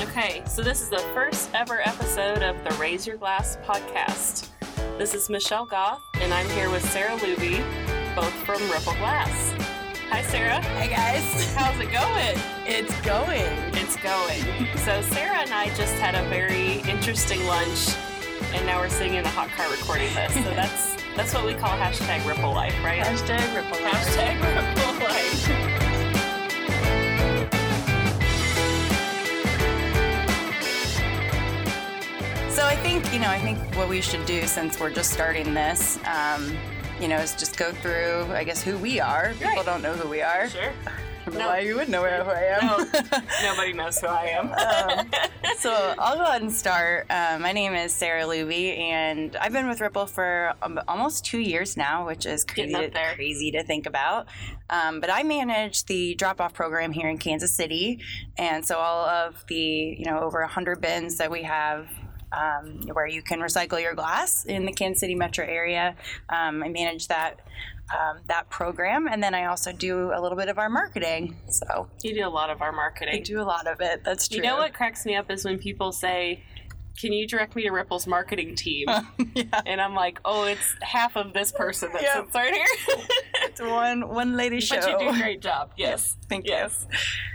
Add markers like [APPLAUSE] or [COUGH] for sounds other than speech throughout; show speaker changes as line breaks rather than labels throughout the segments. Okay, so this is the first ever episode of the Raise Your Glass podcast. This is Michelle Goth, and I'm here with Sarah Luby, both from Ripple Glass. Hi, Sarah.
Hey guys, [LAUGHS]
How's it going?
it's going.
It's going. So, Sarah and I just had a very interesting lunch, and now we're sitting in a hot car recording this. [LAUGHS] So, that's that's what we call hashtag Ripple Life, right?
Hashtag ripple.
Hashtag Ripple Life.
So I think you know, I think what we should do since we're just starting this, um, you know, is just go through, I guess, who we are. People
Right.
don't know who we are.
Sure.
I don't know
No.
why you would know who I am.
[LAUGHS] No, nobody knows who I am.
Um, so I'll go ahead and start. Uh, my name is Sarah Luby, and I've been with Ripple for um, almost two years now, which is
Getting
crazy,
up
to,
there.
crazy to think about. Um, but I manage the drop-off program here in Kansas City, and so all of the you know over hundred bins that we have. Um, where you can recycle your glass in the Kansas City metro area. Um, I manage that um, that program, and then I also do a little bit of our marketing. So
You do a lot of our marketing.
I do a lot of it. That's true.
You know what cracks me up is when people say, "Can you direct me to Ripple's marketing team?"
[LAUGHS] yeah.
and I'm like, "Oh, it's half of this person that
Yep.
sits right [LAUGHS] here."
It's one one lady show.
but you do a great job. Yes.
[LAUGHS] Thank
Yes.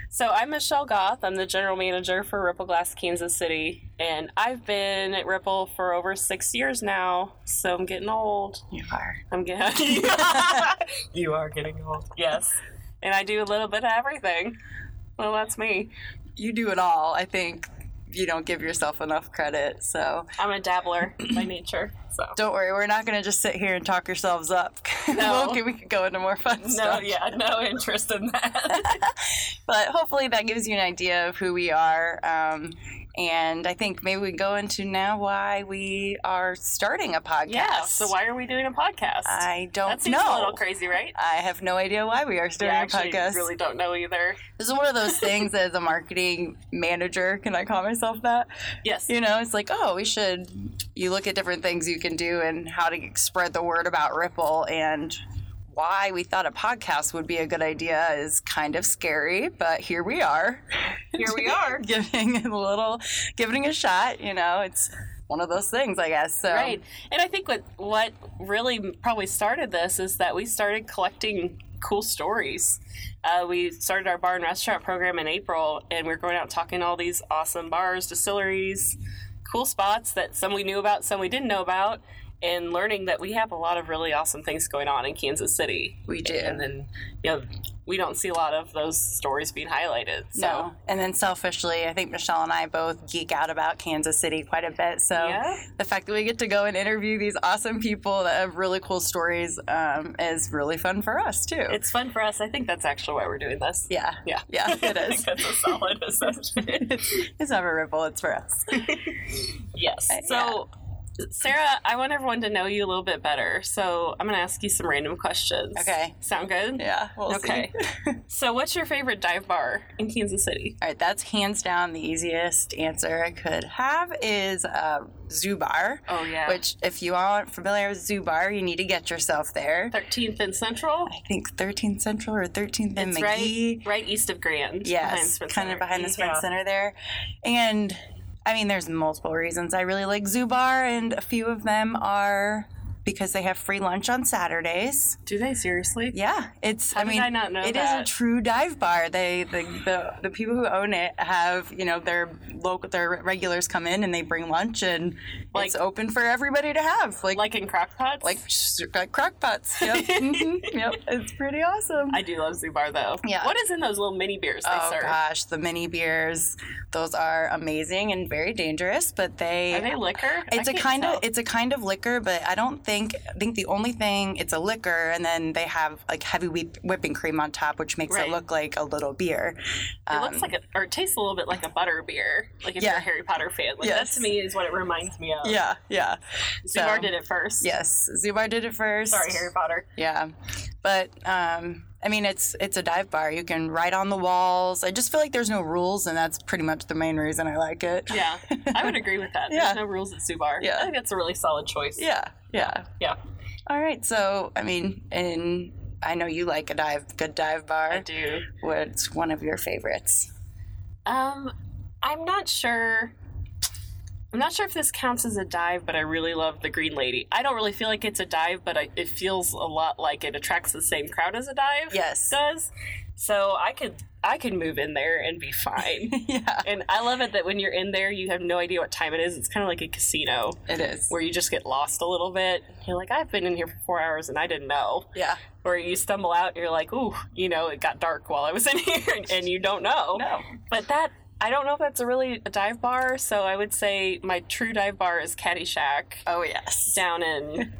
So I'm Michelle Goth. I'm the general manager for Ripple Glass Kansas City, and I've been at Ripple for over six years now. So I'm getting old.
you. You are.
I'm [LAUGHS] getting. you are getting old. Yes. And I do a little bit of everything. Well, that's me.
You do it all. I think you don't give yourself enough credit. So
I'm a dabbler [CLEARS THROAT] by nature. So.
don't worry, we're not going to just sit here and talk yourselves up. [LAUGHS]
No.
We'll- we could go into more fun
No,
stuff.
yeah, no interest in that.
But hopefully that gives you an idea of who we are. Um, and I think maybe we go into now why we are starting a
[LAUGHS]
podcast.
yeah. So why are we doing a podcast?
I don't
that seems a
know.
little crazy, right?
I have no idea why we are
Yeah,
starting
I
a
actually
podcast.
really don't know either.
This is one of those things as a marketing manager, can I call myself that?
Yes.
You know, it's like, oh, we should. You look at different things you can do and how to spread the word about Ripple and why we thought a podcast would be a good idea is kind of scary, but here we are.
Here
[LAUGHS]
we are.
giving it a little, giving it a shot. You know, it's one of those things, I guess. So,
Right. And I think what what really probably started this is that we started collecting cool stories. Uh, we started our bar and restaurant program in April, and we are going out talking to all these awesome bars, distilleries, cool spots that some we knew about, some we didn't know about, and learning that we have a lot of really awesome things going on in Kansas City.
we do.
and then you know we don't see a lot of those stories being highlighted so
No. And then selfishly, I think Michelle and I both geek out about Kansas City quite a bit. So
Yeah.
the fact that we get to go and interview these awesome people that have really cool stories um, is really fun for us, too.
it's fun for us i think that's actually why we're doing this
yeah.
yeah
Yeah,
[LAUGHS]
it
I think
is.
that's a solid assumption.
[LAUGHS] It's not for Ripple, it's for us.
[LAUGHS] yes.
Uh,
So, Sarah, I want everyone to know you a little bit better. So, I'm going to ask you some random questions.
Okay.
Sound good?
Yeah, we'll see.
Okay. So, what's your favorite dive bar in Kansas City?
All right, that's hands down the easiest answer I could have is uh, Zoo Bar,
Oh, yeah. Which
which, if you aren't familiar with Zoo Bar, you need to get yourself there.
13th and Central?
I think 13th Central or 13th and
It's
Uh, McGee.
right, right east of Grand. behind
Yes,
Sprint
kind
Center.
of behind the Sprint
Yeah.
Center there. And I mean, there's multiple reasons I really like Zubar, and a few of them are because they have free lunch on Saturdays.
Do they seriously?
Yeah, it's.
How
I
did
mean,
I not know
it is a
that?
true dive bar. They the, the the people who own it have you know their local their regulars come in and they bring lunch and
Like-
it's open for everybody to have like like,
Like in crock pots?
sh- like crock pots.
[LAUGHS]
Yep, Mhm. yep, it's pretty awesome.
I do love Zubar though.
Yeah.
What is in those little mini beers they
Oh
serve?
gosh, the mini beers, those are amazing and very dangerous, but they
Are they liquor? I
it's a
can't
kind
tell.
of it's a kind of liquor, but I don't think I think the only thing it's a liquor, and then they have like heavy whip, whipping cream on top, which makes
Right.
it look like a little beer.
It looks like a, or it tastes a little bit like a butter beer. Like if
um, Yeah.
you're a Harry Potter fan, like
Yes.
that to me is what it reminds me of.
yeah, yeah,
Zubar
so-
did it first.
yes. Zubar did it first.
Sorry, Harry Potter.
Yeah, but um, I mean, it's it's a dive bar. You can write on the walls. I just feel like there's no rules, and that's pretty much the main reason I like it.
Yeah, [LAUGHS] I would agree with that.
Yeah.
There's no rules at Zubar.
Yeah.
I think that's a really solid choice.
Yeah, yeah.
Yeah.
All right. So, I mean, and I know you like a dive, good dive
I
bar.
do.
What's one of your favorites?
Um, I'm not sure. I'm not sure if this counts as a dive, but I really love the Green Lady. I don't really feel like it's a dive, but I, it feels a lot like it attracts the same crowd as a dive
Yes.
does. So I could I could move in there and be fine.
[LAUGHS] [LAUGHS] yeah,
and I love it that when you're in there, you have no idea what time it is. It's kind of like a casino
it is.
where you just get lost a little bit. You're like, I've been in here for four hours and I didn't know.
yeah.
Or you stumble out and you're like, ooh, you know, it got dark while I was in [LAUGHS] here and you don't know.
No.
But that, I don't know if that's a really a dive bar. So I would say my true dive bar is Caddyshack
Oh yes.
down in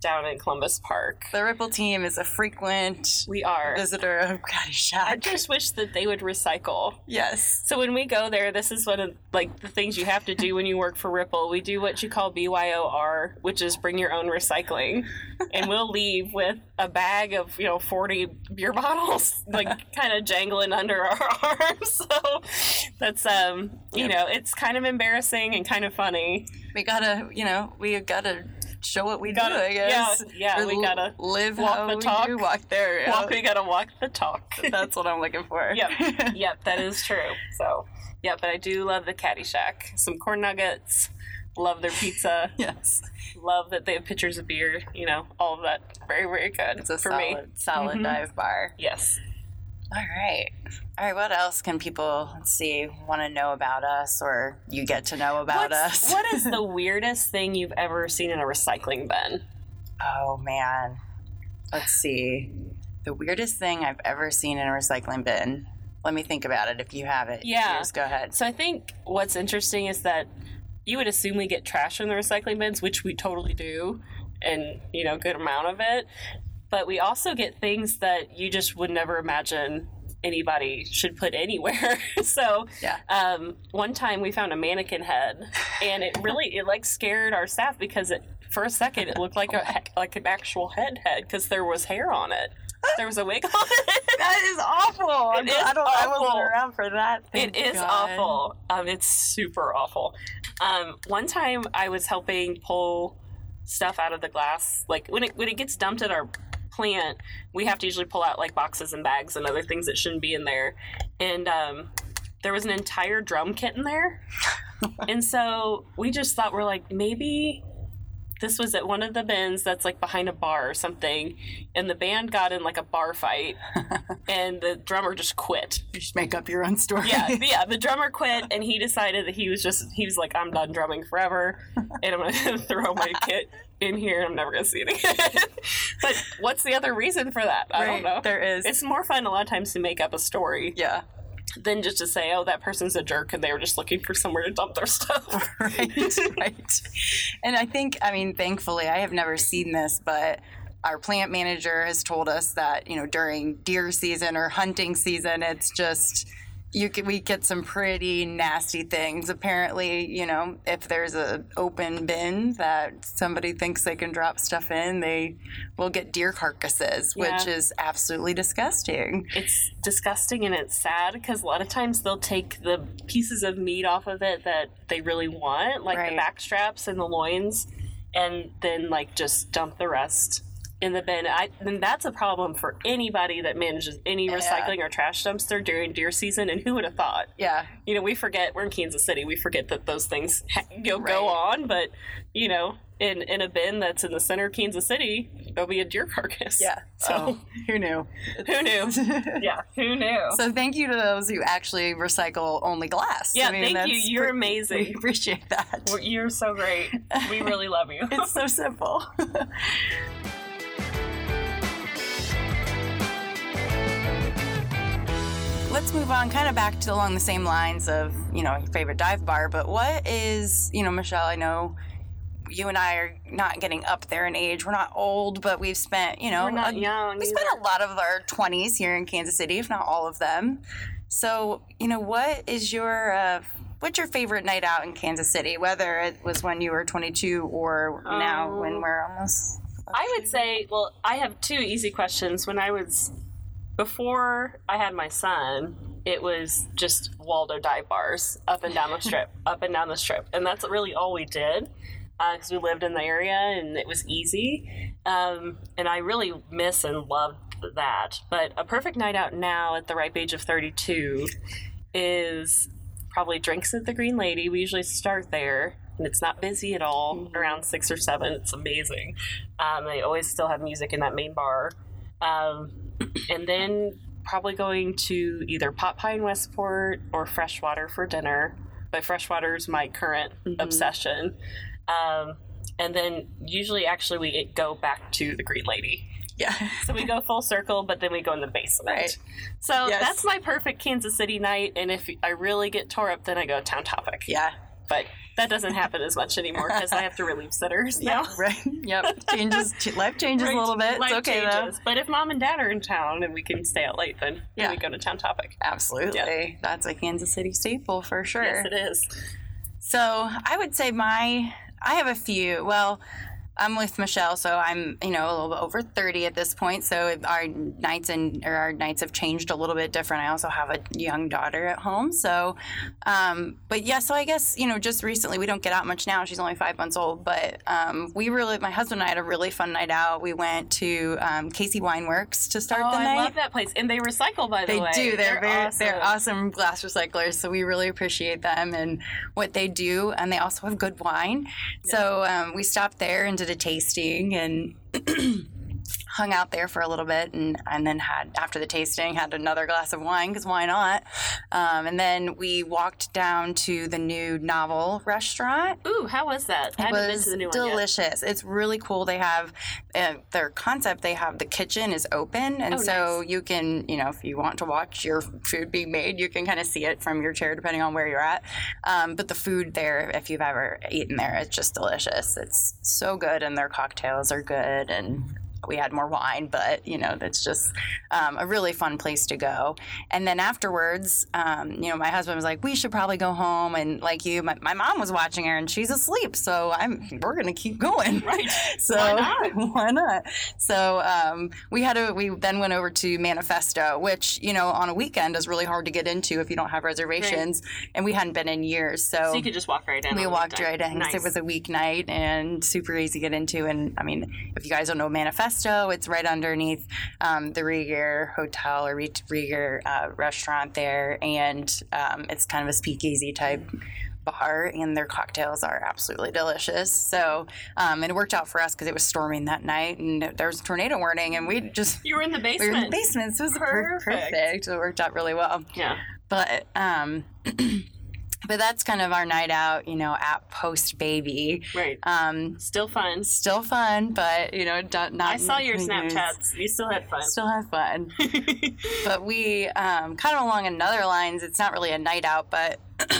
down in Columbus Park.
The Ripple team is a frequent
We are.
visitor of
I
Caddyshack.
just wish that they would recycle
Yes.
So when we go there, this is one of like the things you have to do when you work for Ripple. We do what you call BYOR, which is bring your own recycling, and we'll leave with a bag of you know forty beer bottles, like kind of jangling under our arms. [LAUGHS] So that's um you know it's kind of embarrassing and kind of funny.
We gotta, you know, we gotta show what we
Gotta-
do. I guess.
yeah, yeah,
Or
we
l-
gotta
live
walk
how
the
we
talk.
do walk there. yeah.
Walk, we gotta walk the talk.
That's what I'm looking for.
[LAUGHS] yep, yep, that is true. So yeah, but I do love the Caddy Shack. Some corn nuggets. Love their pizza.
[LAUGHS] yes.
love that they have pictures of beer, you know, all of that. Very, very good
It's a
for
solid,
me.
solid
Mhm.
dive bar.
Yes.
All right. All right. What else can people, let's see, want to know about us or you get to know about
What's-
us?
what is the weirdest thing you've ever seen in a recycling bin?
Oh, man. Let's see. The weirdest thing I've ever seen in a recycling bin. Let me think about it if you have it.
Yeah.
Yours, go ahead.
So I think what's interesting is that you would assume we get trash from the recycling bins, which we totally do, and you know, good amount of it. But we also get things that you just would never imagine anybody should put anywhere. [LAUGHS] so
Yeah.
um, one time we found a mannequin head, and it really it like scared our staff because it for a second it looked like a like an actual head head because there was hair on it. There was a wig on it.
That is awful.
It is
I don't I
awful.
wasn't around for that.
It
thank
is
God.
awful. Um, it's super awful. Um, one time I was helping pull stuff out of the glass. Like when it when it gets dumped at our plant, we have to usually pull out like boxes and bags and other things that shouldn't be in there. And um, there was an entire drum kit in
[LAUGHS]
there, and so we just thought we're like maybe. This was at one of the bins that's like behind a bar or something, and the band got in like a bar
[LAUGHS]
fight, and the drummer just quit
You should make up your own story. [LAUGHS]
yeah, yeah. The drummer quit, and he decided that he was just he was like, I'm done drumming forever, and I'm gonna [LAUGHS] throw my kit in here. and I'm never gonna see it again. [LAUGHS] but what's the other reason for that? I
Right,
don't know.
There is.
It's more fun a lot of times to make up a story
yeah.
than just to say, oh, that person's a jerk, and they were just looking for somewhere to dump their [LAUGHS] stuff.
[LAUGHS] right, right. And I think, I mean, thankfully, I have never seen this, but our plant manager has told us that you know during deer season or hunting season, it's just you can, we get some pretty nasty things. Apparently, you know, if there's a open bin that somebody thinks they can drop stuff in, they will get deer carcasses, which
Yeah.
is absolutely disgusting.
it's disgusting and it's sad because a lot of times they'll take the pieces of meat off of it that they really want, like the
Right.
back straps and the loins, and then like just dump the rest in the bin. I then that's a problem for anybody that manages any recycling or trash dumpster during deer season. And who would have thought?
Yeah,
You know, we forget we're in Kansas City. We forget that those things ha- you know, go
Right.
on, but you know. In, in a bin that's in the center of Kansas City, there'll be a deer [LAUGHS] carcass.
yeah.
So
Oh, [LAUGHS] who knew?
who knew?
[LAUGHS]
yeah, who knew?
So thank you to those who actually recycle only glass.
Yeah,
I mean,
thank you.
that's
You're
pre-
amazing.
We appreciate that.
We're- [LAUGHS] You're so great. We really love you.
[LAUGHS] It's so simple. [LAUGHS] Let's move on, kind of back to along the same lines of you know your favorite dive bar. But what is you know Michelle? I know you and I are not getting up there in age. We're not old, but we've spent you know
We're not
a-
young.
we spent a lot of our 20s here in Kansas City, if not all of them. So, you know, what is your uh, what's your favorite night out in Kansas City? Whether it was when you were 22 or now when
Um,
we're almost
I would say, well, I have two easy questions. When I was before I had my son, it was just Waldo dive bars up and down the strip, up and down the strip, and that's really all we did because we lived in the area and it was easy. Um, and I really miss and love that. But a perfect night out now at the ripe age of thirty-two is probably drinks at the Green Lady. We usually start there, and it's not busy at all. Around six or seven, it's amazing. Um, they always still have music in that main bar, um, and then probably going to either Pot Pie in Westport or Freshwater for dinner. But Freshwater is my current
Mm-hmm.
obsession. Um, and then usually, actually, we go back to the Green Lady.
[LAUGHS]
Yeah.
So we
[LAUGHS]
go full circle, but then we go in the basement.
Right.
So
Yes.
that's my perfect Kansas City night. And if I really get tore up, then I go town topic.
Yeah.
But that doesn't happen as much anymore because I have to
[LAUGHS]
relieve sitters now.
Right. Yep. Changes. ch- Life changes
Right.
a little bit.
Life
it's okay though.
changes. But if mom and dad are in town and we can stay out late, then, then
Yeah.
we go to town topic.
Absolutely.
Absolutely. That's a Kansas City staple for sure.
Yes, it is.
So I would say my I have a few. Well, I'm with Michelle, so I'm you know a little bit over 30 at this point. So our nights and or our nights have changed a little bit different. I also have a young daughter at home, so um, but yeah. So I guess you know just recently we don't get out much now. She's only five months old, but um, we really my husband and I had a really fun night out. We went to um, Casey Wineworks to start
Oh,
the
I
night.
love that place. And they recycle, by the
They
way.
do. They're very, they're awesome glass recyclers. So we really appreciate them and what they do. And they also have good wine. So um, we stopped there and did a tasting and [CLEARS THROAT] hung out there for a little bit and, and then had after the tasting had another glass of wine because why not um, and then we walked down to the new novel restaurant
Ooh, how was that? I
it
haven't been
was
to the new one yet.
delicious. It's really cool. They have uh, their concept. They have the kitchen is open, and
Oh,
so you can, you know, if you want to watch your food being made, you can kind of see it from your chair, depending on where you're at. Um, but the food there, if you've ever eaten there, it's just delicious. It's so good, and their cocktails are good, and we had more wine, but you know, that's just um, a really fun place to go. And then afterwards, um, you know, my husband was like, "We should probably go home." And like you, my, my mom was watching her, and she's asleep, so I'm we're gonna keep
[LAUGHS]
going, right? [LAUGHS] So
Why not?
[LAUGHS] why not? So um, we had a we then went over to Manifesto, which you know on a weekend is really hard to get into if you don't have reservations, and we hadn't been in years,
So you could just walk right in.
we
on
walked
weekday.
right in. 'cause
Oh, Nice.
It was a weeknight and super easy to get into. And I mean, if you guys don't know Manifesto, it's right underneath um, the Rieger Hotel or Re- Rieger uh, restaurant there. And um, it's kind of a speakeasy type bar, and their cocktails are absolutely delicious. So, um, and it worked out for us because it was storming that night and there was a tornado warning, and we just.
You were in the
We
basement.
were in the basement, so it was per-
Perfect.
perfect. It worked out really well
Yeah.
but um [CLEARS THROAT] but that's kind of our night out you know at post baby
Right.
um
Still fun.
still fun but you know don't- not
I saw your
you know,
Snapchats. You still had fun.
still have fun but we um kind of along another lines it's not really a night out but [CLEARS THROAT]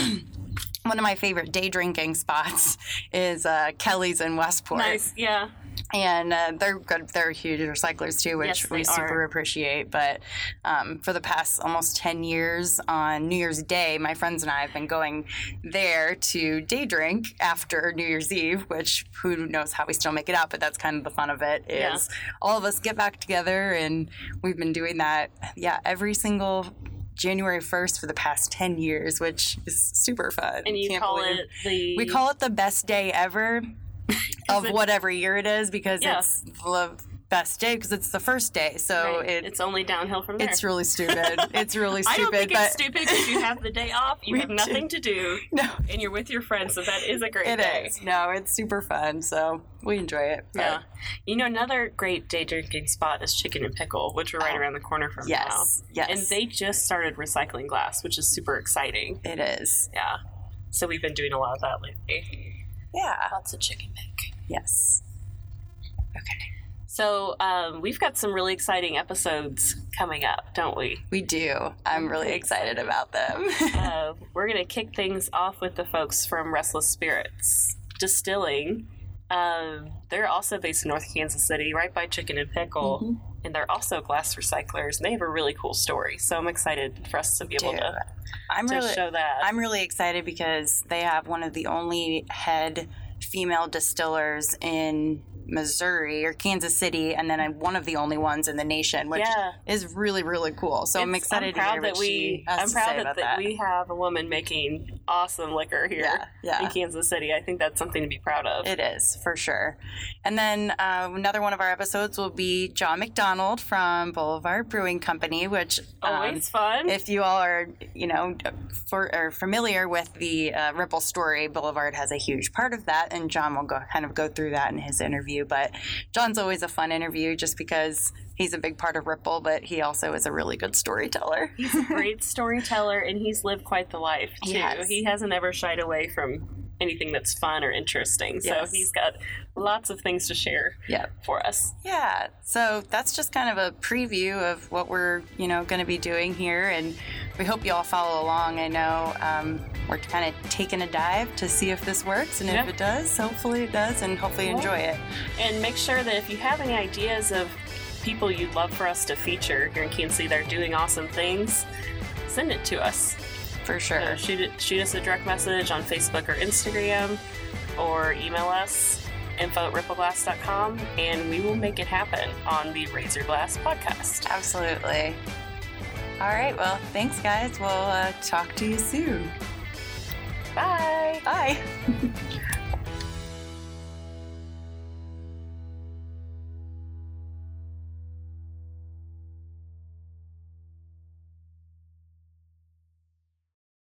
one of my favorite day drinking spots is uh, kelly's in westport
nice. Yeah.
and uh, they're good. They're huge recyclers too, which
Yes, they
we super
are.
appreciate. But um, for the past almost ten years, on New Year's Day, my friends and I have been going there to day drink after New Year's Eve, which who knows how we still make it out. But that's kind of the fun of it. Is
Yeah.
all of us get back together, and we've been doing that. Yeah, every single. January 1st for the past 10 years, which is super fun.
And you
Can't
call
believe-
it the.
we call it the best day
[LAUGHS]
ever of
it-
whatever year it is because
Yeah.
it's the best day because it's the first day. So
Right.
it,
it's
it's
only downhill from there.
really stupid.
[LAUGHS]
it's really
I
stupid.
don't think
but
it's stupid because you have the day off. You
[LAUGHS] We
have nothing to do,
[LAUGHS] No,
and you're with your friends. So that is a great
it
day.
is. No, it's super fun. So we enjoy it. but-
Yeah. You know, another great day drinking spot is Chicken and Pickle, which are right around the corner from now.
Yes. Yes.
And they just started recycling glass, which is super exciting.
It is.
Yeah. So we've been doing a lot of that lately.
Yeah.
Lots of chicken pick.
Yes.
So um, we've got some really exciting episodes coming up, don't we?
We do.
Mm-hmm.
I'm really excited about them. [LAUGHS]
uh, we're going to kick things off with the folks from Restless Spirits Distilling. Um, they're also based in North Kansas City, right by Chicken and Pickle,
Mm-hmm.
and they're also glass recyclers. And they have a really cool story, so I'm excited for us to be able
Dude,
to,
I'm
to
really
show that.
I'm really excited because they have one of the only head female distillers in Missouri or Kansas City, and then I'm one of the only ones in the nation, which
Yeah.
is really really cool. So I'm
It's-
excited to hear what
that
she
we.
has
I'm
to
proud
say
that,
about
that
that.
we have a woman making awesome liquor here
Yeah, yeah.
in Kansas City. I think that's something to be proud of.
It is for sure. And then uh, another one of our episodes will be John McDonald from Boulevard Brewing Company, which um,
Always fun.
if you all are, you know, for, are familiar with the uh, Ripple story, Boulevard has a huge part of that, and John will go kind of go through that in his interview. But John's always a fun interview, just because he's a big part of Ripple, but he also is a really good storyteller.
he's a great storyteller and he's lived quite the life too.
He has.
He hasn't ever shied away from anything that's fun or interesting. So
Yes.
he's got lots of things to share
Yep.
for us.
Yeah, so that's just kind of a preview of what we're, you know, going to be doing here, and we hope you all follow along. I know um, we're kind of taking a dive to see if this works, and
Yeah.
if it does, hopefully it does, and hopefully you
Yeah.
enjoy it.
And make sure that if you have any ideas of people you'd love for us to feature here in Kansas City that are doing awesome things, send it to us.
For sure.
Uh, shoot, it, shoot us a direct message on Facebook or Instagram or email us info at rippleglass.com and we will make it happen on the Razor Glass podcast.
Absolutely. All right. Well, thanks, guys. We'll uh, talk to you soon.
Bye.
Bye.